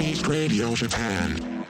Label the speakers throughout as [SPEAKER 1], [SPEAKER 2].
[SPEAKER 1] Radio Japan.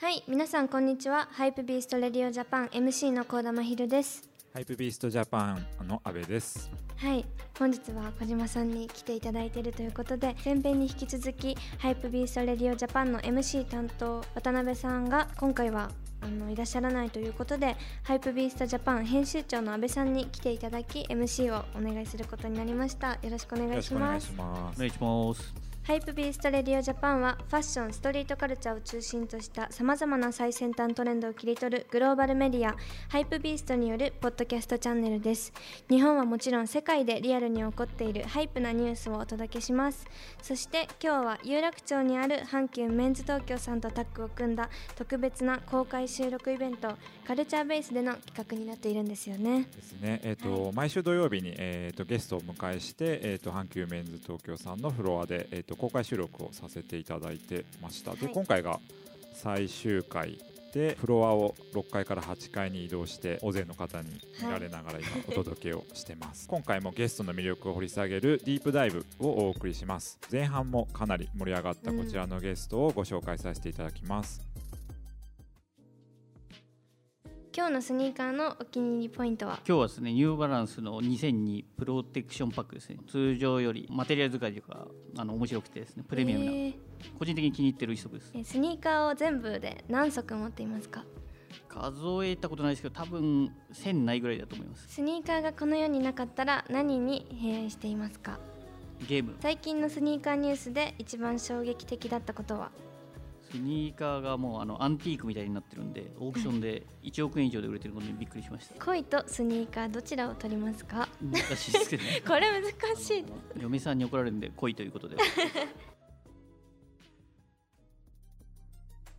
[SPEAKER 2] はい、皆さんこんにちは。ハイプビーストレディオジャパン MC の高田真昼です。
[SPEAKER 3] ハイプビーストジャパンの阿部です。
[SPEAKER 2] はい、本日は小島さんに来ていただいているということで、前編に引き続きハイプビーストレディオジャパンの MC 担当渡辺さんが今回はあのいらっしゃらないということで、ハイプビーストジャパン編集長の阿部さんに来ていただき MC をお願いすることになりました。よろしくお願
[SPEAKER 3] よろ
[SPEAKER 2] い
[SPEAKER 3] し
[SPEAKER 2] し
[SPEAKER 3] くお願
[SPEAKER 2] ま
[SPEAKER 3] い
[SPEAKER 2] す
[SPEAKER 3] し。ます。
[SPEAKER 4] 願いします。
[SPEAKER 2] ハイプビーストレディオジャパンはファッション、ストリートカルチャーを中心としたさまざまな最先端トレンドを切り取るグローバルメディアハイプビーストによるポッドキャストチャンネルです。日本はもちろん世界でリアルに起こっているハイプなニュースをお届けします。そして今日は有楽町にある阪急メンズ東京さんとタッグを組んだ特別な公開収録イベントカルチャーベースでの企画になっているんですよね。
[SPEAKER 3] ですね。えっ、と、毎週土曜日にえっ、とゲストをお迎えして、えっ、と阪急メンズ東京さんのフロアでえっ、と公開収録をさせていただいてました。で、
[SPEAKER 2] はい
[SPEAKER 3] 今回が最終回。でフロアを6階から8階に移動して大勢の方に見られながら今お届けをしてます、 今回もゲストの魅力を掘り下げるディープダイブをお送りします前半もかなり盛り上がったこちらのゲストをご紹介させていただきます、
[SPEAKER 2] 今日のスニーカーのお気に入りポイントは
[SPEAKER 4] 今日はですね、ニューバランスの2002プロテクションパックですね。通常よりマテリアル使いというか、あの面白くてですね、プレミアムな、
[SPEAKER 2] えー
[SPEAKER 4] 個人的に気に入ってる一足です。
[SPEAKER 2] えスニーカーを全部で何足持っていますか
[SPEAKER 4] 数えたことないですけど、多分1000ないぐらいだと思います。
[SPEAKER 2] スニーカーがこの世になかったら何に併用していますか
[SPEAKER 4] ゲーム、
[SPEAKER 2] 最近のスニーカーニュースで一番衝撃的だったことは
[SPEAKER 4] スニーカーがもうあのアンティークみたいになってるんで、オークションで1億円以上で売れてることにびっくりしました。
[SPEAKER 2] 恋とスニーカーどちらを取りますか。
[SPEAKER 4] 難しいですけどね
[SPEAKER 2] これ難しい
[SPEAKER 4] あの嫁さんに怒られるんで、恋ということで。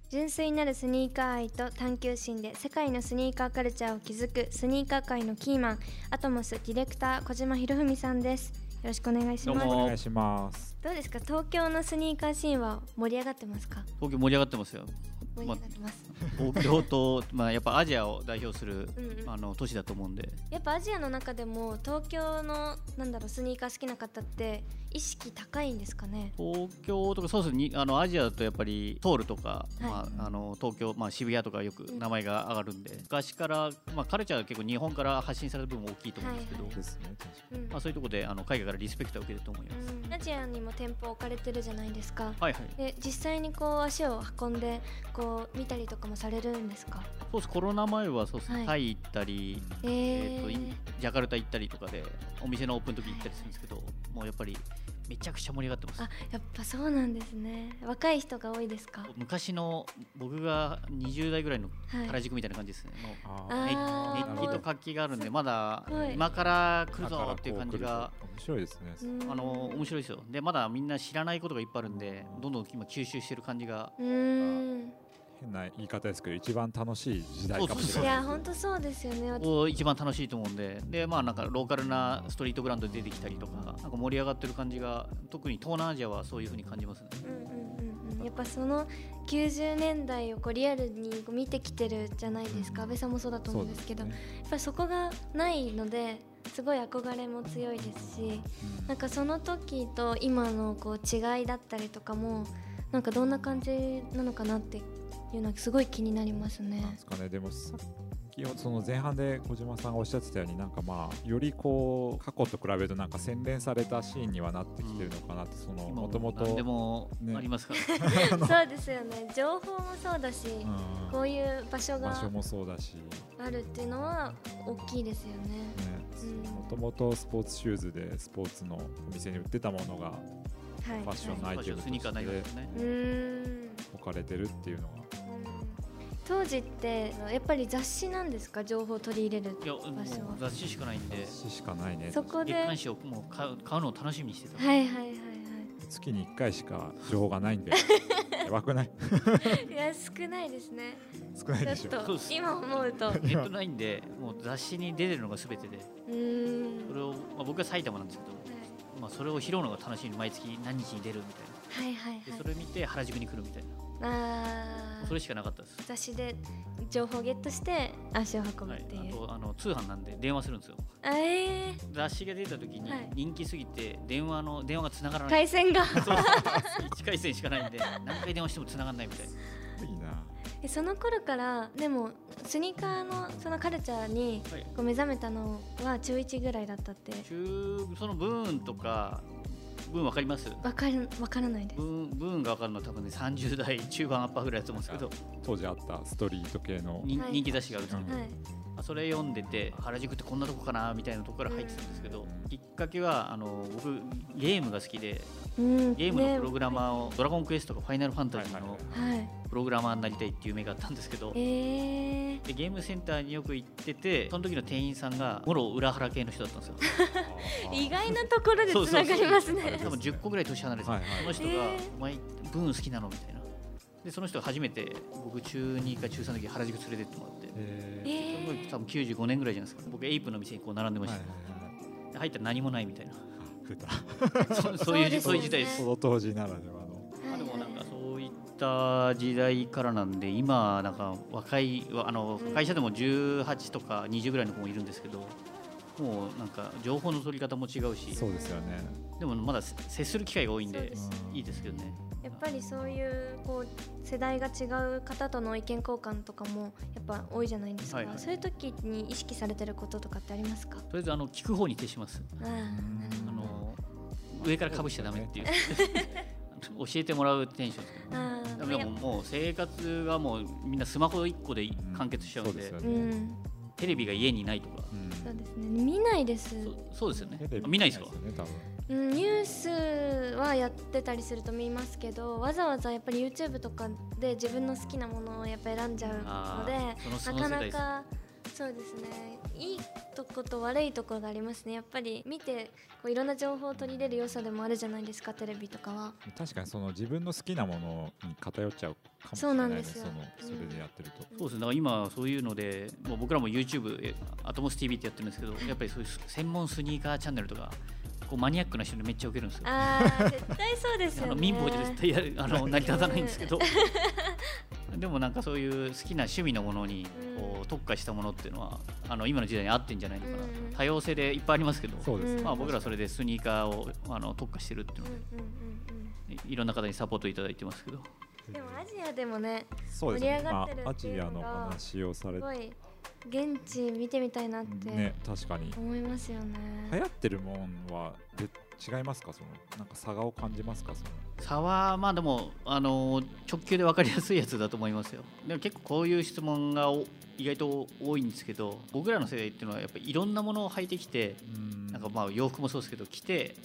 [SPEAKER 2] 純粋なるスニーカー愛と探求心で世界のスニーカーカルチャーを築くスニーカー界のキーマンアトモスディレクター小島博文さんですよろしくお願いしますど
[SPEAKER 4] どうも
[SPEAKER 3] お願いします
[SPEAKER 2] うですか東京のスニーカーシーンは盛り上がってますか
[SPEAKER 4] 東京盛り上がってますよ。
[SPEAKER 2] 盛り上がってます、
[SPEAKER 4] 東京と、まあ、やっぱアジアを代表する
[SPEAKER 2] うんうん
[SPEAKER 4] あの都市だと思うんで
[SPEAKER 2] やっぱアジアの中でも東京のなんだろうスニーカー好きな方って意識高いんですかね。
[SPEAKER 4] 東京とかそうですねにあのアジアだとやっぱりソウルとか、
[SPEAKER 2] い
[SPEAKER 4] まあ、あの東京、まあ、渋谷とかよく名前が上がるんで昔から、まあ、カルチャーが結構日本から発信される部分も大きいと思うんですけど、
[SPEAKER 2] はいは
[SPEAKER 3] ですね確か
[SPEAKER 2] うん
[SPEAKER 4] まあ、そういうところであの海外からリスペクトを受けると思います、
[SPEAKER 2] うんアジアにも店舗置かれてるじゃないですか。
[SPEAKER 4] はいはい
[SPEAKER 2] で実際にこう足を運んでこう見たりとかもされるんですか。
[SPEAKER 4] そうですコロナ前はそうですね、
[SPEAKER 2] はい
[SPEAKER 4] タイ行ったり、
[SPEAKER 2] え
[SPEAKER 4] え
[SPEAKER 2] ー
[SPEAKER 4] ー、とインジャカルタ行ったりとかでお店のオープンの時行ったりするんですけどもうやっぱりめちゃくちゃ盛り上がってます
[SPEAKER 2] あやっぱそうなんですね。若い人が多いですか。
[SPEAKER 4] 昔の僕が20代ぐらいの
[SPEAKER 2] は
[SPEAKER 4] 原
[SPEAKER 2] い。
[SPEAKER 4] 宿みたいな感じですね、もう
[SPEAKER 3] あ
[SPEAKER 2] あ
[SPEAKER 3] ー
[SPEAKER 4] 熱
[SPEAKER 2] ー
[SPEAKER 4] 熱気と活気があるんでまだ
[SPEAKER 2] すごい
[SPEAKER 4] 今から来るぞっていう感じが
[SPEAKER 3] 面白いですね、
[SPEAKER 2] うん
[SPEAKER 4] あの面白いですよでまだみんな知らないことがいっぱいあるんでどんどん今吸収してる感じが
[SPEAKER 2] うーん。
[SPEAKER 3] 変な言い方ですけど一番楽しい時代かもし
[SPEAKER 4] そ
[SPEAKER 2] い
[SPEAKER 3] れな
[SPEAKER 4] そ
[SPEAKER 3] い
[SPEAKER 2] や本当そうですよね。
[SPEAKER 4] を一番楽しいと思うんででまあなんかローカルなストリートブランド出てきたりとかなんか盛り上がってる感じが特に東南アジアはそういう風に感じますね
[SPEAKER 2] うんうんうんうんやっぱその90年代をこうリアルにこう見てきてるじゃないですか。安倍さんもそうだと思うんですけど。
[SPEAKER 3] ね
[SPEAKER 2] やっぱりそこがないのですごい憧れも強いですし
[SPEAKER 3] うん
[SPEAKER 2] なんかその時と今のこう違いだったりとかもなんかどんな感じなのかなっていうのはすごい気になります
[SPEAKER 3] なんで
[SPEAKER 2] ね。
[SPEAKER 3] すかねでもさっきその前半で小島さんがおっしゃってたようになんかまあよりこう過去と比べるとなんか洗練されたシーンにはなってきてるのかなってその
[SPEAKER 4] 今
[SPEAKER 3] もともと
[SPEAKER 4] 何でも
[SPEAKER 3] ね
[SPEAKER 4] ありますから、
[SPEAKER 2] そうですよね情報もそうだし、こういう場所
[SPEAKER 3] 場
[SPEAKER 2] が
[SPEAKER 3] 所もそうだし、ね、
[SPEAKER 2] あるっていうのは大きいですよね。うん
[SPEAKER 3] もともとスポーツシューズでスポーツのお店に売ってたものが
[SPEAKER 2] はい、
[SPEAKER 3] ファッションの
[SPEAKER 2] はい
[SPEAKER 3] アイ
[SPEAKER 4] 場
[SPEAKER 3] テ
[SPEAKER 4] 所
[SPEAKER 3] ム
[SPEAKER 4] スニーカー
[SPEAKER 3] と
[SPEAKER 4] ない
[SPEAKER 3] し
[SPEAKER 4] わけ
[SPEAKER 3] て
[SPEAKER 4] ですね
[SPEAKER 2] うーん
[SPEAKER 3] 置かれてるっていうのが
[SPEAKER 2] 当時ってやっぱり雑誌なんですか情報を取り入れる
[SPEAKER 4] いや
[SPEAKER 2] 場
[SPEAKER 4] も
[SPEAKER 2] 所
[SPEAKER 4] う
[SPEAKER 2] は。
[SPEAKER 4] 雑誌しかないんで
[SPEAKER 3] ししかないね
[SPEAKER 2] そこで
[SPEAKER 4] 月刊誌をもう買う買うのを楽しみにしてた、
[SPEAKER 2] はいはいはいはい
[SPEAKER 3] 月に1回しか情報がない んでやばくない
[SPEAKER 2] いや少ないですね
[SPEAKER 3] 少ないでし
[SPEAKER 2] ちょ
[SPEAKER 3] ょ
[SPEAKER 2] っと
[SPEAKER 4] そうです
[SPEAKER 2] 今思う とう
[SPEAKER 4] ネットないんでもう雑誌に出てるのが全てで
[SPEAKER 2] ーん
[SPEAKER 4] それを、まあ、僕は埼玉なんですけど、まあ、それを拾うのが楽しい毎月何日に出るみたい
[SPEAKER 2] はいはいはい
[SPEAKER 4] なで
[SPEAKER 2] はい
[SPEAKER 4] それ見て原宿に来るみたいな
[SPEAKER 2] あー
[SPEAKER 4] それしかなかったです
[SPEAKER 2] 雑誌で情報をゲットして足を運ぶ
[SPEAKER 4] は
[SPEAKER 2] っ
[SPEAKER 4] い
[SPEAKER 2] てい
[SPEAKER 4] あ
[SPEAKER 2] う、
[SPEAKER 4] とあの通販なんで電話するんですよ
[SPEAKER 2] あえー
[SPEAKER 4] 雑誌が出た時に
[SPEAKER 2] はい
[SPEAKER 4] 人気すぎて電話の電話が繋がらない
[SPEAKER 2] 回線が
[SPEAKER 4] そう1回線しか ないんで何回電話しても繋がんないみたいな
[SPEAKER 3] ごいな
[SPEAKER 2] えその頃からでもスニーカーのそのカルチャーに
[SPEAKER 4] はい
[SPEAKER 2] こう目覚めたのは中1ぐらいだったって
[SPEAKER 4] 中そのブーンとかブーンわかります
[SPEAKER 2] わかるわからないです
[SPEAKER 4] ブーンブーンがわかるのは多分ね30代中盤アッパーぐらいだと思うんですけど
[SPEAKER 3] 当時あったストリート系の
[SPEAKER 4] 人
[SPEAKER 2] はい
[SPEAKER 4] 人気雑誌があるんですけど
[SPEAKER 3] うん
[SPEAKER 2] はい
[SPEAKER 4] まあそれ読んでて原宿ってこんなとこかなみたいなとこから入ってたんですけど
[SPEAKER 3] うん
[SPEAKER 4] きっかけはあの僕ゲームが好きで
[SPEAKER 2] うん
[SPEAKER 4] ゲームの
[SPEAKER 2] ね
[SPEAKER 4] プログラマーを「ドラゴンクエスト」とか「ファイナルファンタジー」
[SPEAKER 3] はいは
[SPEAKER 4] の
[SPEAKER 3] いはい
[SPEAKER 2] はい
[SPEAKER 4] プログラマーになりたいっていう夢があったんですけど
[SPEAKER 2] えー、
[SPEAKER 4] でゲームセンターによく行っててその時の店員さんがもろ裏腹系の人だったんですよ
[SPEAKER 2] 意外なところで
[SPEAKER 4] そう
[SPEAKER 2] つ
[SPEAKER 4] そ
[SPEAKER 2] な
[SPEAKER 4] うそう
[SPEAKER 2] がります
[SPEAKER 3] あれ
[SPEAKER 2] ね
[SPEAKER 3] で
[SPEAKER 4] 多分10個ぐらい年離れて
[SPEAKER 3] は
[SPEAKER 4] た
[SPEAKER 3] いはい
[SPEAKER 4] その人が
[SPEAKER 2] えー
[SPEAKER 4] 「お前ブーン好きなの?」みたいなでその人が初めて僕中2か中3の時原宿連れてってもらって
[SPEAKER 3] え
[SPEAKER 2] え
[SPEAKER 3] ー
[SPEAKER 4] その時
[SPEAKER 2] ー、
[SPEAKER 4] 多分95年ぐらいじゃないですか僕エイプの店にこう並んでました、で入ったら何もないみたいな
[SPEAKER 3] 増えた
[SPEAKER 4] そそういう
[SPEAKER 2] そうですよね
[SPEAKER 4] 時そういう時代です
[SPEAKER 3] そ の当時ならではの
[SPEAKER 4] まあ、でもなんかそういった時代からなんで今なんか若いあの
[SPEAKER 2] うん
[SPEAKER 4] 会社でも18とか20ぐらいの子もいるんですけどもうなんか情報の取り方も違うし
[SPEAKER 3] そうですよね
[SPEAKER 4] でもまだせ接する機会が多いん
[SPEAKER 2] そう
[SPEAKER 4] で
[SPEAKER 2] です
[SPEAKER 4] いいですけどね
[SPEAKER 2] やっぱりそういうこう世代が違う方との意見交換とかもやっぱ多いじゃないですか、
[SPEAKER 4] はいはい
[SPEAKER 2] そういう時に意識されてることとかってありますか
[SPEAKER 4] とりあえずあの聞く方に徹します
[SPEAKER 2] あーなる
[SPEAKER 4] あの上からかぶしちゃダメっていう教えてもらうテンションですけど
[SPEAKER 2] ほどあー
[SPEAKER 4] でもでももう生活がもうみんなスマホ1個で完結しちゃうん
[SPEAKER 3] そうで
[SPEAKER 4] です
[SPEAKER 3] よ
[SPEAKER 2] う
[SPEAKER 3] ね
[SPEAKER 2] ん
[SPEAKER 4] テレビが家にないとか
[SPEAKER 3] うん
[SPEAKER 2] そうですね見ないです
[SPEAKER 4] そうそうですよね
[SPEAKER 3] テレビ
[SPEAKER 4] 見ないですか
[SPEAKER 3] ね多分
[SPEAKER 2] うん、ニュースはやってたりすると見ますけどわざわざやっぱり YouTube とかで自分の好きなものをやっぱ選んじゃうの
[SPEAKER 4] あーそのそ
[SPEAKER 2] で
[SPEAKER 4] の
[SPEAKER 2] なかな
[SPEAKER 4] 世代です
[SPEAKER 2] かそうですねいいとこと悪いところがありますねやっぱり見てこういろんな情報を取り入れる良さでもあるじゃないですかテレビとかは。
[SPEAKER 3] 確かにその自分の好きなものに偏っちゃうかもし
[SPEAKER 2] そ
[SPEAKER 3] れ
[SPEAKER 2] う
[SPEAKER 3] な
[SPEAKER 2] ないん
[SPEAKER 3] ね
[SPEAKER 2] ですよ
[SPEAKER 3] そのそれでやってると
[SPEAKER 4] そうですね、だから今そういうのでもう僕らも YouTube えアトモス TV ってやってるんですけどやっぱりそういう専門スニーカーチャンネルとかこうマニアックな人にめっちゃウケるんですよ。
[SPEAKER 2] あー絶対そうです
[SPEAKER 4] あ
[SPEAKER 2] よ
[SPEAKER 4] の
[SPEAKER 2] ね。
[SPEAKER 4] 民法じゃ絶対やるあの成り立たないんですけどでもなんかそういう好きな趣味のものにこう特化したものっていうのはあの今の時代に合ってんじゃないのかなと
[SPEAKER 2] うん
[SPEAKER 4] 多様性でいっぱいありますけど、
[SPEAKER 3] そうですね
[SPEAKER 4] まあ、僕らはそれでスニーカーをあの特化してるっていうの
[SPEAKER 2] うんうんうん
[SPEAKER 4] でいろんな方にサポートいただいてますけど
[SPEAKER 2] うんでもアジアでもね
[SPEAKER 3] そうですね
[SPEAKER 2] 盛り上がってる
[SPEAKER 3] まあア
[SPEAKER 2] ってい
[SPEAKER 3] ジ
[SPEAKER 2] う
[SPEAKER 3] ア
[SPEAKER 2] の
[SPEAKER 3] の
[SPEAKER 2] が
[SPEAKER 3] 話をさ
[SPEAKER 2] す
[SPEAKER 3] れて
[SPEAKER 2] ごい現地見てみたいなって、
[SPEAKER 3] ね確かに
[SPEAKER 2] 思いますよね。
[SPEAKER 3] 流行ってるもんはで違いますかそのなんか差を感じますかその
[SPEAKER 4] 差はまあでも、あの直球で分かりやすいやつだと思いますよでも結構こういう質問がお意外と多いんですけど僕らの世代っていうのはやっぱりいろんなものを履いてきて
[SPEAKER 3] うん
[SPEAKER 4] なんかまあ洋服もそうですけど着て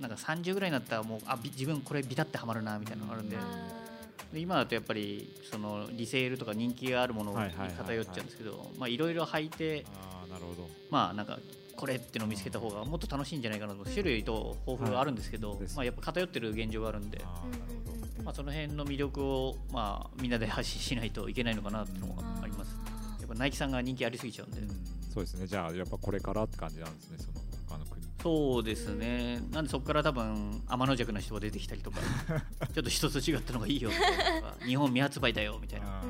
[SPEAKER 4] なんか30ぐらいになったらもうあび自分これビタってはまるなみたいなのがあるんで
[SPEAKER 2] あ
[SPEAKER 4] で今だとやっぱりそのリセールとか人気があるものに
[SPEAKER 3] はいはいはいはい
[SPEAKER 4] 偏っちゃうんですけどまあいろいろ履いて
[SPEAKER 3] あーなるほ
[SPEAKER 4] まあなんかこれっていうのを見つけた方がもっと楽しいんじゃないかなと思う種類と豊富があるんですけど、
[SPEAKER 3] はいです
[SPEAKER 4] まあ、やっぱ偏ってる現状があるんで
[SPEAKER 3] ど。あ
[SPEAKER 2] ー
[SPEAKER 3] ーなるほど
[SPEAKER 4] まあ、その辺の魅力を、まあ、みんなで発信しないといけないのかなっていうのがあります。やっぱナイキさんが人気ありすぎちゃうんで、
[SPEAKER 3] そうですねじゃあやっぱこれからって感じなんですねその他の国
[SPEAKER 4] そうですね、なんでそこから多分天の弱な人が出てきたりと か、ちょっと一つ違ったのがいいよみたいなとか、日本未発売だよみたいな、
[SPEAKER 3] あ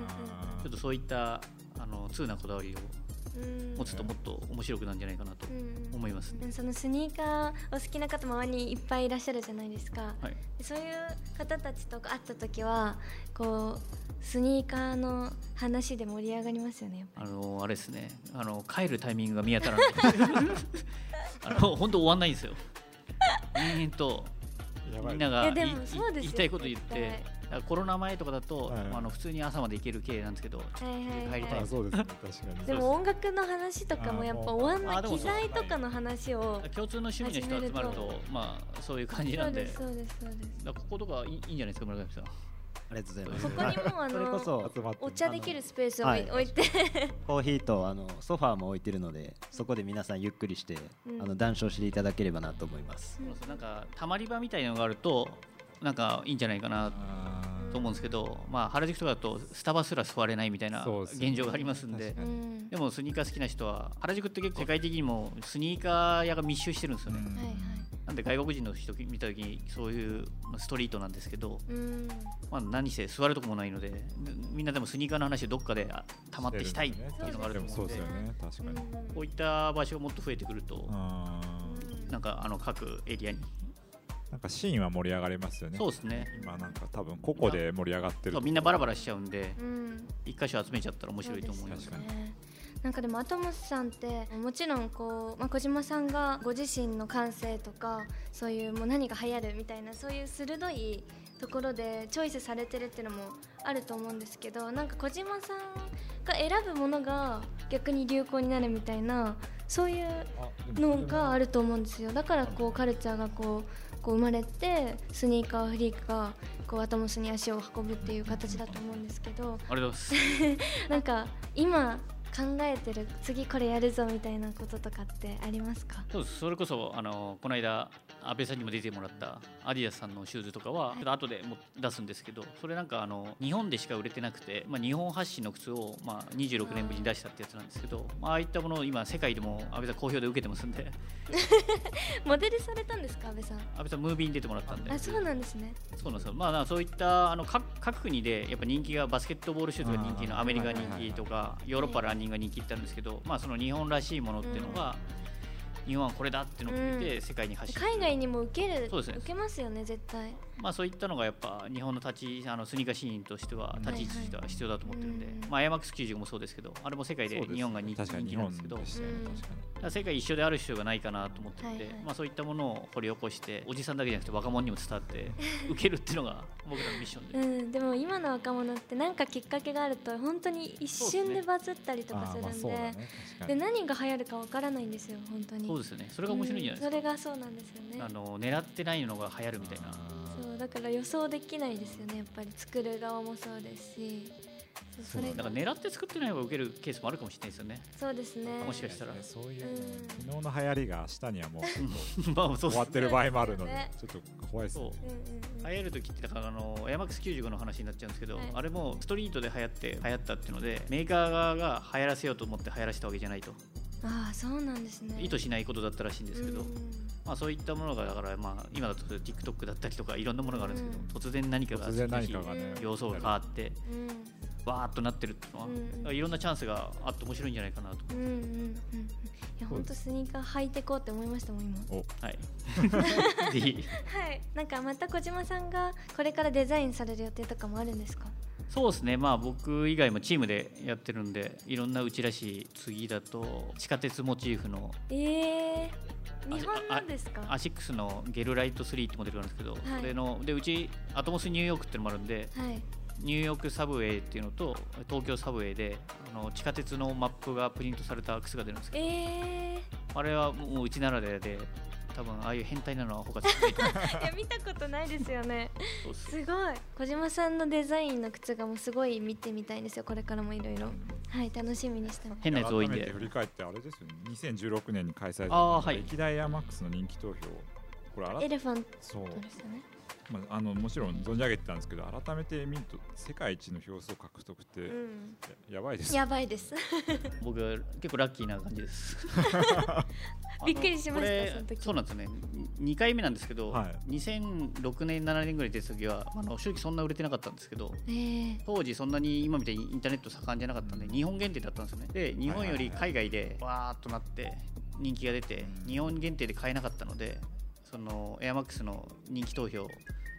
[SPEAKER 3] ー
[SPEAKER 2] う
[SPEAKER 4] ちょっとそういったあの通なこだわりを
[SPEAKER 2] うん
[SPEAKER 4] 持つと、もっと面白くなるんじゃないかなと
[SPEAKER 2] うん
[SPEAKER 4] 思いますね。
[SPEAKER 2] そのスニーカーお好きな方も周りにいっぱいいらっしゃるじゃないですか、
[SPEAKER 4] はい
[SPEAKER 2] そういう方たちと会った時はこうスニーカーの話で盛り上がりますよねやっぱ
[SPEAKER 4] あのあれですねあの帰るタイミングが見当た らないあの本当終わんないんですよ延々と
[SPEAKER 3] やば
[SPEAKER 4] み
[SPEAKER 3] い
[SPEAKER 4] んな
[SPEAKER 2] りい
[SPEAKER 4] が
[SPEAKER 2] やで
[SPEAKER 4] いい
[SPEAKER 2] もそうですよ
[SPEAKER 4] 言いたいこと言って
[SPEAKER 2] 絶
[SPEAKER 4] だからコロナ前とかだと、
[SPEAKER 3] はいはい
[SPEAKER 4] あの普通に朝まで行ける系なんですけど、
[SPEAKER 2] はいはいは
[SPEAKER 4] 帰りた
[SPEAKER 3] あ
[SPEAKER 4] い
[SPEAKER 2] い
[SPEAKER 3] そうですね確かに
[SPEAKER 2] でも音楽の話とかもやっぱ終わんな
[SPEAKER 4] あー
[SPEAKER 2] い
[SPEAKER 4] でも
[SPEAKER 2] 機
[SPEAKER 4] そう
[SPEAKER 2] 材とかの話を
[SPEAKER 4] 共通の趣味の人集まる
[SPEAKER 2] 始め
[SPEAKER 4] とまあそういう感じ
[SPEAKER 2] そ
[SPEAKER 4] な
[SPEAKER 2] うん
[SPEAKER 4] で
[SPEAKER 2] ですそうですそうです
[SPEAKER 4] だからこことかいいいいんじゃないですか村上さん
[SPEAKER 1] ありがとうござ います。
[SPEAKER 2] ここにもうあ
[SPEAKER 1] それこ
[SPEAKER 2] の
[SPEAKER 1] そ
[SPEAKER 3] 集まって
[SPEAKER 2] お茶できるスペースを
[SPEAKER 1] は
[SPEAKER 2] 置い
[SPEAKER 1] い
[SPEAKER 2] 置いて
[SPEAKER 1] コーヒーとあのソファーも置いてるので、そこで皆さんゆっくりして、
[SPEAKER 2] うん
[SPEAKER 1] あの談笑していただければなと思います。
[SPEAKER 4] なんかたまり場みたいなのがあるとなんかいいんじゃないかなと思うんですけど、まあ、原宿とかだとスタバすら座れないみたいな
[SPEAKER 3] そうですね
[SPEAKER 4] 現状がありますんで
[SPEAKER 3] 確か
[SPEAKER 2] う
[SPEAKER 3] に
[SPEAKER 2] ん
[SPEAKER 4] でもスニーカー好きな人は原宿って結構世界的にもスニーカー屋が密集してるんですよね、
[SPEAKER 3] うん
[SPEAKER 2] はいはい
[SPEAKER 4] なんで外国人の人見た時にそういうまあストリートなんですけど、
[SPEAKER 2] うん
[SPEAKER 4] まあ、何せ座るとこもないのででみんなでもスニーカーの話をどっかであ溜まってしたいっていうのがある
[SPEAKER 3] で
[SPEAKER 4] と
[SPEAKER 3] も
[SPEAKER 4] 思
[SPEAKER 3] そううんで
[SPEAKER 4] で
[SPEAKER 3] すよね確かに、
[SPEAKER 4] こういった場所がもっと増えてくると
[SPEAKER 3] あー
[SPEAKER 4] なんかあの各エリアに
[SPEAKER 3] なんかシーンは盛り上がりますよね
[SPEAKER 4] そうですね
[SPEAKER 3] 今なんか多分個々で盛り上がってる
[SPEAKER 4] そうみんなバラバ
[SPEAKER 3] ラ
[SPEAKER 4] ラしちゃうんで
[SPEAKER 2] うん
[SPEAKER 4] 一箇所集めちゃったら面白いと思います
[SPEAKER 2] そうですよねなんかでもアトモスさんってもちろんこう、まあ、小島さんがご自身の感性とかそういうもう何が流行るみたいなそういう鋭いところでチョイスされてるっていうのもあると思うんですけどなんか小島さんが選ぶものが逆に流行になるみたいなそういうのがあると思うんですよだからこうカルチャーがこうこう生まれてスニーカーフリークがこうアトモスに足を運ぶっていう形だと思うんですけど
[SPEAKER 4] ありがとうございます
[SPEAKER 2] なんか今考えてる次これやるぞみたいなこととかってありますか
[SPEAKER 4] そうですそれこそあのこの間阿部さんにも出てもらったアディダスさんのシューズとかはちょっと後でも出すんですけどそれなんかあの日本でしか売れてなくて、まあ、日本発信の靴を、まあ、26年ぶりに出したってやつなんですけど、まあああいったものを今世界でも阿部さん好評で受けてますんで
[SPEAKER 2] モデルされたんですか安部さん
[SPEAKER 4] 阿部さんムービーに出てもらったんで
[SPEAKER 2] あそうなんですね
[SPEAKER 4] そうなんですよ、まあだから、そういったあの各各国でやっぱ人気がバスケットボールシューズが人気
[SPEAKER 3] あ
[SPEAKER 4] の
[SPEAKER 3] ー
[SPEAKER 4] アメリカ人気とかヨーロッパランニングが人気ってあるんですけど、まあ、その日本らしいものっていうのが、日本はこれだっていうのを決め
[SPEAKER 2] う
[SPEAKER 4] て世界に発信する
[SPEAKER 2] 海外にも受ける
[SPEAKER 4] そうですね
[SPEAKER 2] 受けますよね絶対
[SPEAKER 4] まあ、そういったのがやっぱ日本の立ちあのスニーカーシーンとしては立ち位置としては必要だと思ってるんで、
[SPEAKER 2] はいはい
[SPEAKER 4] まあ、エアマックス95もそうですけどあれも世界で日本が人気
[SPEAKER 3] 確かに
[SPEAKER 4] 人
[SPEAKER 3] 日
[SPEAKER 4] 気なん
[SPEAKER 3] 本
[SPEAKER 4] ですけど
[SPEAKER 3] でしたよね
[SPEAKER 2] うん
[SPEAKER 3] 確かに
[SPEAKER 4] だから世界一緒である必要がないかなと思ってるんで、
[SPEAKER 2] はいはい
[SPEAKER 4] まあ、そういったものを掘り起こしておじさんだけじゃなくて若者にも伝わって 受けるっていうのが僕らのミッションで。
[SPEAKER 2] うんでも今の若者ってなんかきっかけがあると本当に一瞬でバズったりとか
[SPEAKER 3] あ
[SPEAKER 2] す
[SPEAKER 3] ー
[SPEAKER 2] る
[SPEAKER 3] まあ
[SPEAKER 2] ん
[SPEAKER 3] そう
[SPEAKER 2] で,、
[SPEAKER 3] だね確か
[SPEAKER 2] で
[SPEAKER 3] に
[SPEAKER 2] 何が流行るかわからないんですよ本当に
[SPEAKER 4] そうですよねそれが面白いんじゃないですか、
[SPEAKER 2] うんそれがそうなんですよね
[SPEAKER 4] あの狙ってないのが流行るみたいな
[SPEAKER 2] そうだから予想できないですよねやっぱり作る側もそうですしそうそれ
[SPEAKER 4] だ
[SPEAKER 2] が
[SPEAKER 4] から狙って作ってない方が受けるケースもあるかもしれないですよね
[SPEAKER 2] そうですね
[SPEAKER 4] もしかしたら
[SPEAKER 3] そういう
[SPEAKER 2] うん
[SPEAKER 3] 昨日の流行りが明日にはもうちょっ
[SPEAKER 4] まあそ
[SPEAKER 3] と
[SPEAKER 4] う
[SPEAKER 3] 終わってる場合もあるので
[SPEAKER 2] そう
[SPEAKER 3] ちょっと怖いですね
[SPEAKER 2] う
[SPEAKER 4] そう
[SPEAKER 2] んうんうん
[SPEAKER 4] 流行る時ってだからあのエアマックス95の話になっちゃうんですけど、
[SPEAKER 2] はい
[SPEAKER 4] あれもストリートで流行って流行ったっていうのでメーカー側が流行らせようと思って流行らせたわけじゃないと
[SPEAKER 2] ああそうなんですね
[SPEAKER 4] 意図しないことだったらしいんですけど、
[SPEAKER 2] うん
[SPEAKER 4] まあ、そういったものがだから、まあ、今だと TikTok だったりとかいろんなものがあるんですけど、
[SPEAKER 3] うん
[SPEAKER 4] 突然何かが
[SPEAKER 3] 突然何か
[SPEAKER 4] 少
[SPEAKER 3] がね
[SPEAKER 4] し様相が変わって
[SPEAKER 2] うん
[SPEAKER 4] わーっとなってるっていうのは、
[SPEAKER 2] うん
[SPEAKER 4] だからいろんなチャンスがあって面白いんじゃないかなと、
[SPEAKER 2] うんうんうんうんいや本当スニーカー履いてこうって思いましたもん今
[SPEAKER 4] はい ぜひ
[SPEAKER 2] はいなんかまた小島さんがこれからデザインされる予定とかもあるんですか
[SPEAKER 4] そうですねまあ僕以外もチームでやってるんでいろんなうちらしい次だと地下鉄モチーフの
[SPEAKER 2] ええ
[SPEAKER 4] あ
[SPEAKER 2] 日本なんですか
[SPEAKER 4] アシックスのゲルライト3ってモデルがあるんですけど、
[SPEAKER 2] い
[SPEAKER 4] それのでうちアトモスニューヨークってのもあるんで
[SPEAKER 2] はい
[SPEAKER 4] ニューヨークサブウェイっていうのと東京サブウェイであの地下鉄のマップがプリントされた靴が出るんですけ
[SPEAKER 2] ええ
[SPEAKER 4] どあれはもううちならではで多分ああいう変態なのは他じゃないと思う
[SPEAKER 2] いや見たことないですよね
[SPEAKER 4] そうっす
[SPEAKER 2] すごい小島さんのデザインの靴がもうすごい見てみたいんですよこれからもいろいろはい楽しみにしてます
[SPEAKER 4] 変なやつ多いん
[SPEAKER 3] 改めて
[SPEAKER 4] で
[SPEAKER 3] 振り返ってあれですよね2016年に開催され
[SPEAKER 4] あー
[SPEAKER 3] た
[SPEAKER 4] はい
[SPEAKER 3] 歴代エアマックスの人気投票これ
[SPEAKER 2] エ
[SPEAKER 3] 改め
[SPEAKER 2] レファント
[SPEAKER 3] そう、
[SPEAKER 2] ですよね
[SPEAKER 3] まあ、あのもちろん存じ上げてたんですけど改めて見ると世界一の票数を獲得って
[SPEAKER 2] うん
[SPEAKER 3] ややばいですね
[SPEAKER 2] やばいです
[SPEAKER 4] 僕は結構ラッキーな感じです
[SPEAKER 2] びっくりしました
[SPEAKER 4] あこれ
[SPEAKER 2] その時
[SPEAKER 4] うなんですよね2回目なんですけど、
[SPEAKER 3] は
[SPEAKER 4] 2006年7年ぐらい出た時はあの正直そんな売れてなかったんですけど
[SPEAKER 2] ええ
[SPEAKER 4] 当時そんなに今みたいにインターネット盛んじゃなかったんで日本限定だったんですよねで日本より海外でわーっとなって人気が出て
[SPEAKER 3] うん
[SPEAKER 4] 日本限定で買えなかったのでそのエアマックスの人気投票の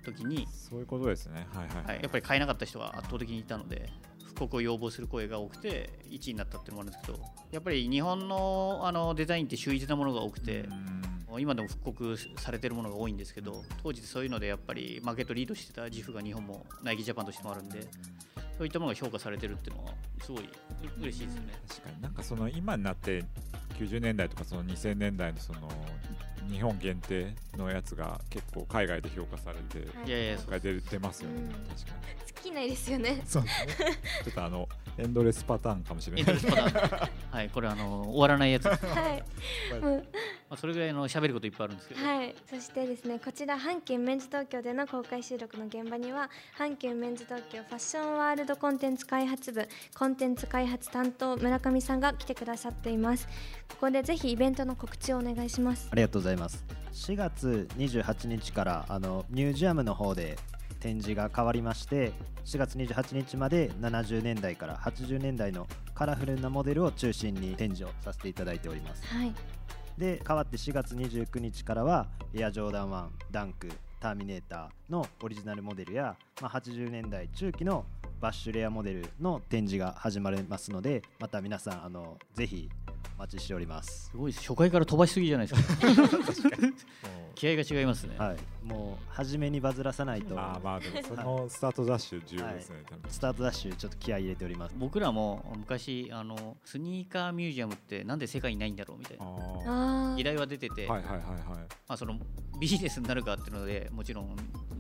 [SPEAKER 4] 時に、
[SPEAKER 3] そういうことですねはいはい、
[SPEAKER 4] はい、やっぱり買えなかった人が圧倒的にいたので復刻を要望する声が多くて1位になったっていうのもあるんですけどやっぱり日本のあのデザインって秀逸なものが多くて
[SPEAKER 3] うーん
[SPEAKER 4] 今でも復刻されてるものが多いんですけど当時そういうのでやっぱりマーケットリードしてた自負が日本もナイキジャパンとしてもあるんでそういったものが評価されてるっていうのはすごいう嬉しいですよね。
[SPEAKER 3] 確かになんかその今になって90年代とかその2000年代のその日本限定のやつが結構海外で評価されて、
[SPEAKER 2] はい
[SPEAKER 4] いやいや
[SPEAKER 3] が出てますよね、
[SPEAKER 2] うん
[SPEAKER 3] 確かに
[SPEAKER 2] 尽きないですよね
[SPEAKER 3] そうねちょっとあのエンドレスパターンかもしれ
[SPEAKER 4] エン
[SPEAKER 3] な
[SPEAKER 4] ド
[SPEAKER 3] い
[SPEAKER 4] レスパターンはいこれあの終わらないやつです、ま
[SPEAKER 2] はい、うん
[SPEAKER 4] あ、それぐらいの喋ることいっぱいあるんですけど、
[SPEAKER 2] はい、そしてですねこちら阪急メンズ東京での公開収録の現場には阪急メンズ東京ファッションワールドコンテンツ開発部コンテンツ開発担当村上さんが来てくださっていますここでぜひイベントの告知をお願いします
[SPEAKER 1] ありがとうございます4月28日からあのミュージアムの方で展示が変わりまして4月28日まで70年代から80年代のカラフルなモデルを中心に展示をさせていただいております
[SPEAKER 2] はい
[SPEAKER 1] で変わって4月29日からはエアジョーダン1ダンクターミネーターのオリジナルモデルや、まあ、80年代中期のバッシュレアモデルの展示が始まりますのでまた皆さんあのぜひお待ちしておりま
[SPEAKER 4] す
[SPEAKER 1] す、
[SPEAKER 4] ごいです初回から飛ばしすぎじゃないですか気合が違いますね、
[SPEAKER 1] はい、もう初めにバズらさないと
[SPEAKER 3] あーまあでもそのスタートダッシュ重要ですね、多分
[SPEAKER 1] スタートダッシュちょっと気合い入れております
[SPEAKER 4] 僕らも昔あのスニーカーミュージアムってなんで世界にないんだろうみたいな
[SPEAKER 3] あ
[SPEAKER 2] あ
[SPEAKER 4] 依
[SPEAKER 2] ー
[SPEAKER 4] 頼は出てて、
[SPEAKER 3] ーはいはいはいはい
[SPEAKER 4] まあ、そのビジネスになるかっていうのでもちろん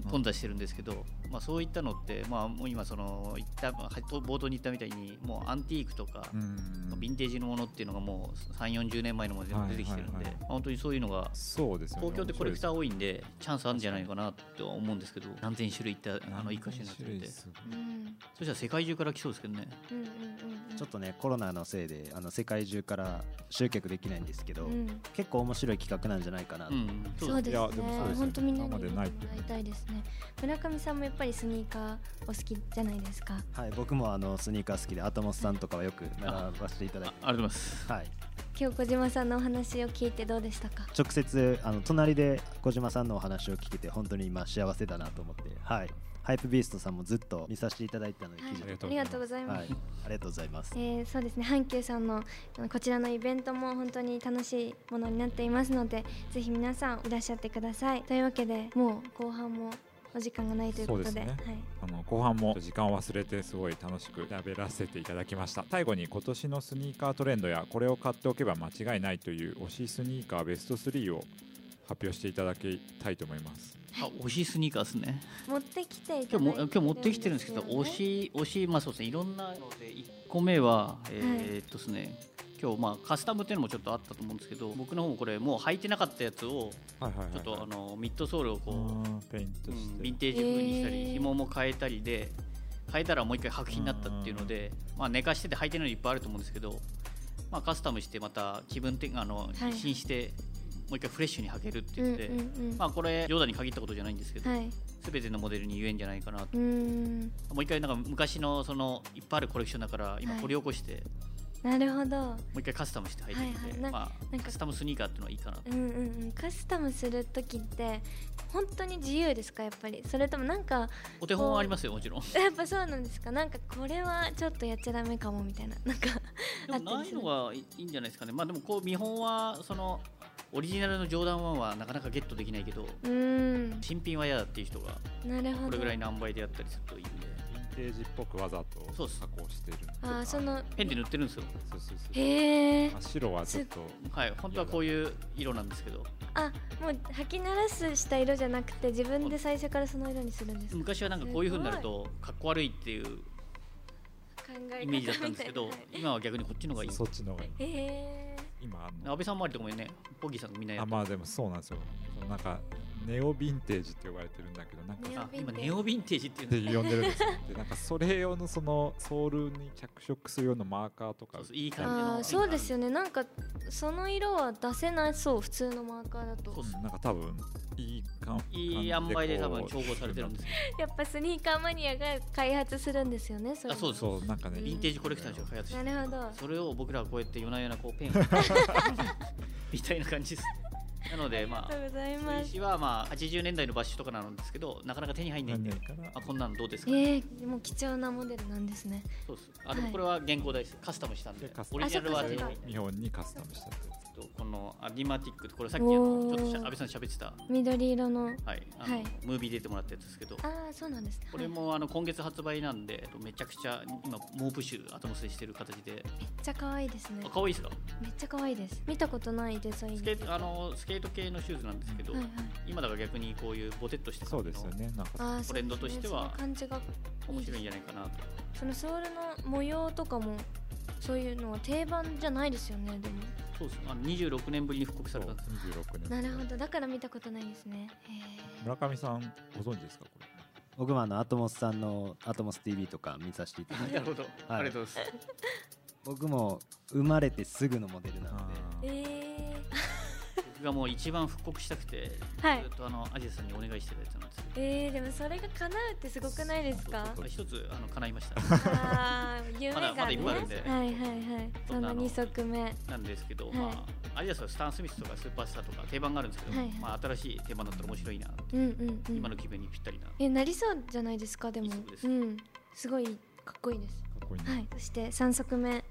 [SPEAKER 4] 頓挫してるんですけど、まあ、そういったのって、まあ、もう今その言ったは冒頭に言ったみたいにもうアンティークとか、
[SPEAKER 3] うん
[SPEAKER 4] ヴィンテージのものっていうのがもう3 4 0年前のもので
[SPEAKER 3] はい
[SPEAKER 4] 出てきてるんで、
[SPEAKER 3] はいはい
[SPEAKER 4] まあ本当にそういうのが
[SPEAKER 3] そうですよね
[SPEAKER 4] 東京ってコレクター
[SPEAKER 3] 面
[SPEAKER 4] 多いんでチャンスあるんじゃないかなとは思うんですけど何千種類いった
[SPEAKER 3] 白いです
[SPEAKER 4] あの一箇所になってるん
[SPEAKER 3] 面白
[SPEAKER 4] で
[SPEAKER 3] いす
[SPEAKER 2] うん
[SPEAKER 4] そしたら世界中から来そうですけどね
[SPEAKER 2] うんうんうんうん
[SPEAKER 1] ちょっとねコロナのせいであの世界中から集客できないんですけど、
[SPEAKER 2] うん
[SPEAKER 1] 結構面白い企画なんじゃないかなと、
[SPEAKER 4] うんそう
[SPEAKER 2] そうです
[SPEAKER 3] い
[SPEAKER 2] ね
[SPEAKER 3] やでもそうですよね
[SPEAKER 2] 本当みんなに
[SPEAKER 3] 生でないっていう
[SPEAKER 2] 会いたいですね村上さんもやっぱりスニーカーお好きじゃないですか
[SPEAKER 1] はい、僕もあのスニーカー好きでアトモスさんとかはよく並ばせていただい
[SPEAKER 4] あ
[SPEAKER 1] て
[SPEAKER 4] ありがとうございます
[SPEAKER 1] はい、
[SPEAKER 2] 今日小島さんのお話を聞いてどうでしたか
[SPEAKER 1] 直接あの隣で小島さんのお話を聞けて本当に今幸せだなと思って、はい、ハイプビーストさんもずっと見させていただいてたので、
[SPEAKER 2] はい
[SPEAKER 1] 記事
[SPEAKER 3] ありがと
[SPEAKER 2] あ
[SPEAKER 3] うございます
[SPEAKER 2] りがとうございます、
[SPEAKER 1] はい、あり
[SPEAKER 2] え
[SPEAKER 1] がとうございます。
[SPEAKER 2] ーそうですね阪急さんのあのこちらのイベントも本当に楽しいものになっていますのでぜひ皆さんいらっしゃってくださいというわけでもう後半もお時間がないということで
[SPEAKER 3] そうですね
[SPEAKER 2] はい、
[SPEAKER 3] あの後半も時間を忘れてすごい楽しく喋らせていただきました最後に今年のスニーカートレンドやこれを買っておけば間違いないという推しスニーカーベスト3を発表していただきたいと思います
[SPEAKER 4] あ推しスニーカーですね
[SPEAKER 2] 持ってきていた
[SPEAKER 4] 今日
[SPEAKER 2] だい
[SPEAKER 4] も
[SPEAKER 2] て
[SPEAKER 4] 今日持ってきてるんですけど、
[SPEAKER 2] よね
[SPEAKER 4] 推し推しまあそうですねいろんなので1個目はえーえーっとですね、今日まあカスタムっていうのもちょっとあったと思うんですけど僕の方もこれもう履いてなかったやつを
[SPEAKER 3] はいはいはい、
[SPEAKER 4] ちょっとあのミッドソールをこう、
[SPEAKER 3] ペイント
[SPEAKER 4] うん
[SPEAKER 3] し
[SPEAKER 4] ヴ
[SPEAKER 3] て、
[SPEAKER 4] ィンテージ風にしたり、
[SPEAKER 2] へー
[SPEAKER 4] 紐も変えたりで変えたらもう一回白皮になったっていうので、まあ、寝かしてて履いてるのいっぱいあると思うんですけど、まあ、カスタムしてまた気分転あの
[SPEAKER 2] はい
[SPEAKER 4] 一新してもう一回フレッシュに履けるって
[SPEAKER 2] うんう
[SPEAKER 4] い
[SPEAKER 2] ん
[SPEAKER 4] うので、
[SPEAKER 2] うん
[SPEAKER 4] まあ、これ冗談に限ったことじゃないんですけど、
[SPEAKER 2] はい、う
[SPEAKER 4] 全てのモデルに言えんじゃないかなと
[SPEAKER 2] ーん
[SPEAKER 4] もう一回なんか昔のそのいっぱいあるコレクションだから今
[SPEAKER 2] はい
[SPEAKER 4] 掘り起こして、も
[SPEAKER 2] なるほど
[SPEAKER 4] う一回カスタムして履いてみて、
[SPEAKER 2] はいはいな
[SPEAKER 4] ま
[SPEAKER 2] な
[SPEAKER 4] あ、
[SPEAKER 2] んか
[SPEAKER 4] カスタムスニーカーっていうのはいいかなと
[SPEAKER 2] うんうんうんカスタムする時って本当に自由ですかやっぱりそれともなんか
[SPEAKER 4] お手本はありますよもちろん
[SPEAKER 2] やっぱそうなんですかなんかこれはちょっとやっちゃダメかもみたいななんか
[SPEAKER 4] でもないのがいいいんじゃないですかね、まあ、でもこう見本はそのオリジナルのジョーダン1はなかなかゲットできないけど
[SPEAKER 2] うーん
[SPEAKER 4] 新品は嫌だっていう人が
[SPEAKER 2] なるほど
[SPEAKER 4] これぐらいの塩梅でやったりするといいんで
[SPEAKER 3] ヴィンテージっぽくわざと加
[SPEAKER 4] そう
[SPEAKER 3] 工
[SPEAKER 4] っす
[SPEAKER 3] してるんで
[SPEAKER 2] あーその
[SPEAKER 4] ペンで塗ってるんですよ
[SPEAKER 3] そうそうそう
[SPEAKER 2] へえ
[SPEAKER 3] まあ白はちょっと
[SPEAKER 4] はい本当はこういう色なんですけど
[SPEAKER 2] あもう吐き慣らすした色じゃなくて自分で最初からその色にするんですか
[SPEAKER 4] 昔はなんかこういう風になるとかっこ悪いっていう
[SPEAKER 2] 考え
[SPEAKER 4] イメージだったんですけど
[SPEAKER 2] 方みたいな
[SPEAKER 4] 今は逆にこっちの方がいい
[SPEAKER 3] そっちの方がいい
[SPEAKER 2] へえ
[SPEAKER 3] 今あの
[SPEAKER 4] 安倍さん周りとかもねポギーさんみんなや
[SPEAKER 3] あ
[SPEAKER 4] って
[SPEAKER 3] まあでもそうなんですよそのなんかネオヴィンテージって呼ばれてるんだけどなんか
[SPEAKER 2] ネオヴィン
[SPEAKER 4] あ
[SPEAKER 2] テージ
[SPEAKER 4] 今ネオヴィンテージっていう
[SPEAKER 3] っ
[SPEAKER 4] の
[SPEAKER 3] て呼んでるんですよでなんかそれ用のそのソールに着色するようなマーカーとか
[SPEAKER 4] そうそういい感じの
[SPEAKER 2] あーそうです
[SPEAKER 4] よ
[SPEAKER 2] よねなんかその色は出せなそう普通のマーカーだと
[SPEAKER 4] そう
[SPEAKER 3] うんなんか多分いい感
[SPEAKER 4] いい塩梅で多分調合されてるんですすけ
[SPEAKER 2] やっぱスニーカーマニアが開発するんですよねそれ
[SPEAKER 4] あそうです
[SPEAKER 3] そうなんかね
[SPEAKER 2] うん
[SPEAKER 4] どヴィンテージコレクターの人が開発してる
[SPEAKER 2] なるほど
[SPEAKER 4] それを僕らはこうやって夜な夜なこ うペンを みたいな感じですなのでま
[SPEAKER 2] ありがとうござい
[SPEAKER 4] あ
[SPEAKER 2] ま
[SPEAKER 4] 石
[SPEAKER 2] す
[SPEAKER 4] はまあ80年代のバッシュとかなんですけどなかなか手に入んないんで、
[SPEAKER 3] 何年かな
[SPEAKER 4] あこんなのどうですか、
[SPEAKER 2] えー、もう貴重なモデルなんですね
[SPEAKER 4] そうですあでも
[SPEAKER 2] はい
[SPEAKER 4] これは原稿代ですカスタムしたんで
[SPEAKER 3] でカスタ
[SPEAKER 4] オ
[SPEAKER 3] ム
[SPEAKER 4] リジナルは
[SPEAKER 2] あそ
[SPEAKER 4] 手
[SPEAKER 2] っ
[SPEAKER 4] に
[SPEAKER 2] かそっか
[SPEAKER 4] 入んない
[SPEAKER 3] 日本にカスタムしたってやつ
[SPEAKER 4] とこのアディマティックってこれさっきあの
[SPEAKER 2] おー
[SPEAKER 4] ちょっとしゃ安倍さん喋ってた
[SPEAKER 2] 緑色の
[SPEAKER 4] はいあの、
[SPEAKER 2] はい
[SPEAKER 4] ムービー出てもらったやつですけど
[SPEAKER 2] ああそうなんですね
[SPEAKER 4] これ
[SPEAKER 2] はい
[SPEAKER 4] もあの今月発売なんでめちゃくちゃ今猛プッシュ後乗せしてる形で
[SPEAKER 2] めっちゃ可愛いですね
[SPEAKER 4] あ可愛いですか
[SPEAKER 2] めっちゃ可愛いです見たことないデザイン
[SPEAKER 4] スケートあのスケート系のシューズなんですけど、
[SPEAKER 2] はいはい
[SPEAKER 4] 今だから逆にこういうボテッとした
[SPEAKER 3] そう
[SPEAKER 4] 感じ
[SPEAKER 3] で
[SPEAKER 4] の
[SPEAKER 3] すよねなんか
[SPEAKER 2] あー
[SPEAKER 4] トレンドとしては
[SPEAKER 2] そうですねその感じが
[SPEAKER 4] 面白いんじゃないかなと
[SPEAKER 2] そのソールの模様とかもそういうのは定番じゃないですよねでも
[SPEAKER 4] そうですあの26年ぶりに復刻
[SPEAKER 3] そ
[SPEAKER 4] さ
[SPEAKER 3] う
[SPEAKER 4] れたんです
[SPEAKER 3] 26
[SPEAKER 2] な
[SPEAKER 3] 年
[SPEAKER 2] るほどだから見たことないんですねへ
[SPEAKER 3] 村上さんご存知ですかこれ
[SPEAKER 1] 僕もあのアトモスさんの「アトモス TV」とか見させていただい
[SPEAKER 4] な
[SPEAKER 1] て
[SPEAKER 4] るほど、ありがとうございます
[SPEAKER 1] 僕も生まれてすぐのモデルなので
[SPEAKER 3] あ
[SPEAKER 2] え
[SPEAKER 3] ー
[SPEAKER 2] え
[SPEAKER 4] 僕がもう一番復刻したくて
[SPEAKER 2] ー、はい
[SPEAKER 4] ずっとあのアジアさんにお願いしてたやつなんです
[SPEAKER 2] えー、でもそれが叶うってすごくないですか
[SPEAKER 3] そう
[SPEAKER 4] 一つあの叶いました
[SPEAKER 2] あー夢
[SPEAKER 4] まだま
[SPEAKER 2] が
[SPEAKER 4] だい
[SPEAKER 2] ね
[SPEAKER 4] っぱいあるんで
[SPEAKER 2] はいはいはいその二足目はい
[SPEAKER 4] なんですけど、
[SPEAKER 2] はい
[SPEAKER 4] まあアディダスはスタン・スミスとかスーパースターとか定番があるんですけど、
[SPEAKER 2] はい
[SPEAKER 4] まあ新しい定番だったら面白いな、
[SPEAKER 2] うんうんうん
[SPEAKER 4] 今の気分にぴったりな
[SPEAKER 2] えなりそうじゃないですかでも
[SPEAKER 4] いいそうです
[SPEAKER 2] うんすごいかっこいいです
[SPEAKER 3] かっこいいね
[SPEAKER 2] はいそして三足目
[SPEAKER 4] 3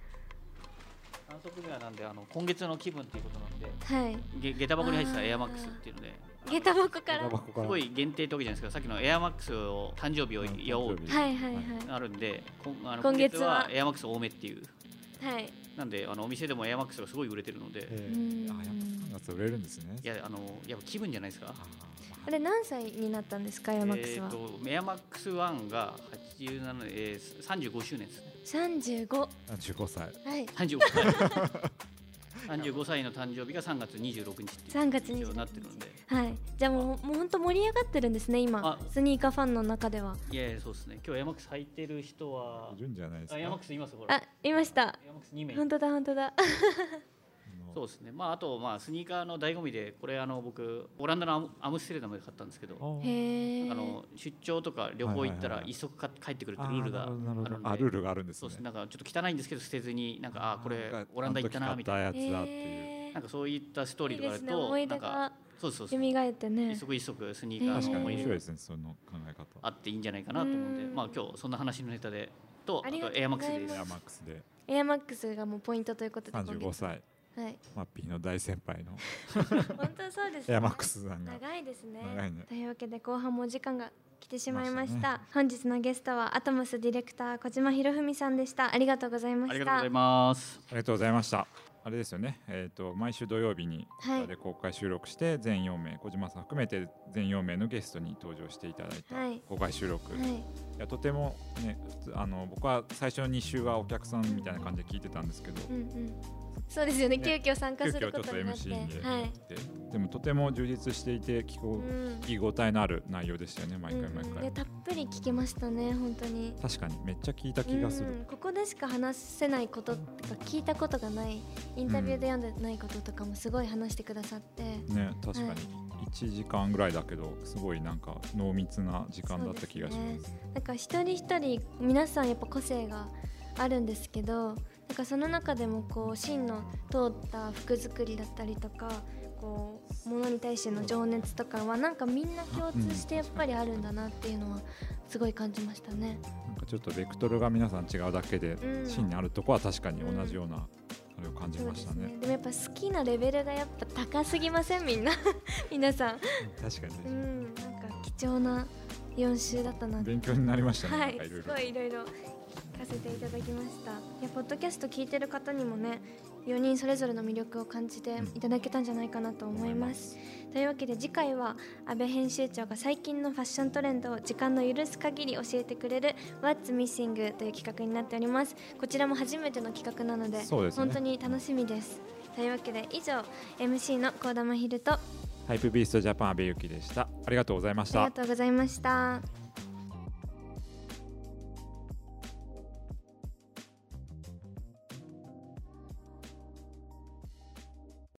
[SPEAKER 4] 足目はなんであの今月の気分っていうことなんで
[SPEAKER 2] はい
[SPEAKER 4] げ下駄箱に入ってたエアマックスっていうので
[SPEAKER 2] 下駄箱か
[SPEAKER 3] 下
[SPEAKER 2] ら
[SPEAKER 3] 駄
[SPEAKER 2] は
[SPEAKER 3] 箱か
[SPEAKER 4] す
[SPEAKER 3] ら
[SPEAKER 4] ごい限定ってわけじゃないですけどさっきのエアマックスを誕生日を祝おう
[SPEAKER 2] いはいはい
[SPEAKER 4] あるんでこんあの
[SPEAKER 2] 今
[SPEAKER 4] 今
[SPEAKER 2] 月
[SPEAKER 4] 月
[SPEAKER 2] は
[SPEAKER 4] はエアマックス多めっていう
[SPEAKER 2] はい
[SPEAKER 4] なんであのお店でもエアマックスがすごい売れてるので、
[SPEAKER 3] え
[SPEAKER 2] う
[SPEAKER 3] ー
[SPEAKER 2] ん
[SPEAKER 3] あやっぱ3月売れるんですね
[SPEAKER 4] いやあのやっぱ気分じゃないですか
[SPEAKER 3] あ
[SPEAKER 2] あれ何歳になったんですかエアマックスは
[SPEAKER 4] えーとエアマックス1が87、えー、35周年ですね
[SPEAKER 2] 三十五は
[SPEAKER 3] ー15歳
[SPEAKER 2] い
[SPEAKER 4] 35歳35歳の誕生日が3月26日っていう
[SPEAKER 2] 3月
[SPEAKER 4] 一
[SPEAKER 2] 26
[SPEAKER 4] 応なってるので
[SPEAKER 2] はいじゃあもうもう本当盛り上がってるんですね今
[SPEAKER 4] あ
[SPEAKER 2] スニーカーファンの中ではい
[SPEAKER 4] やいやそうですね今日エアマックス履いてる人はい
[SPEAKER 3] るんじゃないです
[SPEAKER 4] あ
[SPEAKER 3] か
[SPEAKER 4] エアマックスいますほら
[SPEAKER 2] あいました
[SPEAKER 4] エアマックス2名
[SPEAKER 2] 本当だ本当だ
[SPEAKER 3] あの
[SPEAKER 4] そうですねまああとまあスニーカーの醍醐味でこれあの僕オランダのアムアムステルダムで買ったんですけど
[SPEAKER 3] あー
[SPEAKER 2] へえ
[SPEAKER 4] あの出張とか旅
[SPEAKER 3] は
[SPEAKER 4] 行行った
[SPEAKER 3] いはいはい
[SPEAKER 4] ら
[SPEAKER 3] はい
[SPEAKER 4] 一足買って帰ってくるっ
[SPEAKER 3] あ
[SPEAKER 4] て
[SPEAKER 3] ー
[SPEAKER 4] ルールがあ
[SPEAKER 3] なるほどなる
[SPEAKER 4] るん
[SPEAKER 3] ほ
[SPEAKER 4] で
[SPEAKER 3] どあルールがあるんです
[SPEAKER 4] そう
[SPEAKER 3] ね
[SPEAKER 4] ですねなんかちょっと汚いんですけど捨てずになんかあーこれ
[SPEAKER 3] なんか
[SPEAKER 4] オランダ行ったなみたいな
[SPEAKER 3] あの時買ったやつだっていう
[SPEAKER 2] へー
[SPEAKER 4] なんかそういったストーリ
[SPEAKER 2] いい
[SPEAKER 4] ーとかあ
[SPEAKER 2] です
[SPEAKER 4] ると
[SPEAKER 2] ね思い出
[SPEAKER 4] なん
[SPEAKER 2] が
[SPEAKER 4] かそうですそうです
[SPEAKER 2] 蘇ってね
[SPEAKER 4] 一足一足スニーカ
[SPEAKER 2] え
[SPEAKER 4] ー
[SPEAKER 3] 確
[SPEAKER 4] の
[SPEAKER 3] かに
[SPEAKER 4] 思い
[SPEAKER 3] 面
[SPEAKER 4] 出
[SPEAKER 3] 白い
[SPEAKER 4] が
[SPEAKER 3] ですねその考え
[SPEAKER 4] あ
[SPEAKER 3] 方
[SPEAKER 4] っていいんじゃないかなと思うんで
[SPEAKER 2] うん
[SPEAKER 4] まあ今日そんな話のネタでと
[SPEAKER 2] あ
[SPEAKER 4] あ
[SPEAKER 2] りが
[SPEAKER 4] と
[SPEAKER 2] とうございます
[SPEAKER 4] エアマックスで
[SPEAKER 3] エ
[SPEAKER 4] す
[SPEAKER 3] アマックスで
[SPEAKER 2] エアマックスがもうポイントということで
[SPEAKER 3] 35歳
[SPEAKER 2] はい
[SPEAKER 3] マッピーの大先輩の
[SPEAKER 2] 本当そうですね
[SPEAKER 3] エアマックスさんが
[SPEAKER 2] 長いですね
[SPEAKER 3] 長いね
[SPEAKER 2] というわけで後半もお時間が来てしまいました
[SPEAKER 3] 来ました
[SPEAKER 2] 本日のゲストはアトムスディレクター小島博文さんでしたありがとうございました
[SPEAKER 4] ありがとうございます
[SPEAKER 3] ありがとうございました。あれですよね、えー、と毎週土曜日に
[SPEAKER 2] はい
[SPEAKER 3] こちらで公開収録して、全4名小島さん含めて全4名のゲストに登場していただいた
[SPEAKER 2] はい
[SPEAKER 3] 公開収録、、
[SPEAKER 2] はいい
[SPEAKER 3] やとても、ね、普通あの僕は最初の2週はお客さんみたいな感じで聞いてたんですけど、
[SPEAKER 2] うんうんそうですよね
[SPEAKER 3] ね
[SPEAKER 2] 急遽参加
[SPEAKER 3] 急
[SPEAKER 2] する
[SPEAKER 3] 遽ち
[SPEAKER 2] こ
[SPEAKER 3] ょっと
[SPEAKER 2] とになって
[SPEAKER 3] MC で、
[SPEAKER 2] はい、
[SPEAKER 3] ででもとても充実していて聞
[SPEAKER 2] う
[SPEAKER 3] こうん聞き応えのある内容でしたよね毎回毎
[SPEAKER 2] うん
[SPEAKER 3] 回、
[SPEAKER 2] でたっぷり聞けましたね本当に
[SPEAKER 3] 確かにめっちゃ聞いた気がする、
[SPEAKER 2] うんここでしか話せないこととか聞いたことがないインタビューで読んでないこととかもすごい話してくださって、
[SPEAKER 3] ね確かに1時間ぐらいだけどすごいなんか濃密な時間だった気がし
[SPEAKER 2] そう
[SPEAKER 3] ま。
[SPEAKER 2] ですなんか一人一人皆さんやっぱ個性があるんですけどなんかその中でもこう芯の通った服作りだったりとかこうものに対しての情熱とかはなんかみんな共通してやっぱりあるんだなっていうのはすごい感じましたね。
[SPEAKER 3] なんかちょっとベクトルが皆さん違うだけで、
[SPEAKER 2] うん
[SPEAKER 3] 芯にあるとこは確かに同じような、あれを感じ
[SPEAKER 2] そう
[SPEAKER 3] ま
[SPEAKER 2] で
[SPEAKER 3] し
[SPEAKER 2] す
[SPEAKER 3] たね
[SPEAKER 2] ね。でもやっぱ好きなレベルがやっぱ高すぎませんみんな 皆さん。
[SPEAKER 3] 確か
[SPEAKER 2] う
[SPEAKER 3] に、
[SPEAKER 2] んなんか貴重な4週だったなって
[SPEAKER 3] 勉強になりましたね。
[SPEAKER 2] は
[SPEAKER 3] なん
[SPEAKER 2] い
[SPEAKER 3] かいろ
[SPEAKER 2] す
[SPEAKER 3] い
[SPEAKER 2] ご
[SPEAKER 3] ろ。
[SPEAKER 2] いいろいろ聞かせていただきましたいやポッドキャスト聞いてる方にもね4人それぞれの魅力を感じていただけたんじゃないかなと思います、というわけで次回は安倍編集長が最近のファッショントレンドを時間の許す限り教えてくれる「What's Missing」という企画になっておりますこちらも初めての企画なので
[SPEAKER 3] そうですね
[SPEAKER 2] 本当に楽しみですというわけで以上 MC の幸田真昼とあ
[SPEAKER 3] ハイプビーストジャパン安部ゆきでした。ありがとうございまし
[SPEAKER 2] り
[SPEAKER 3] た
[SPEAKER 2] が。とうございました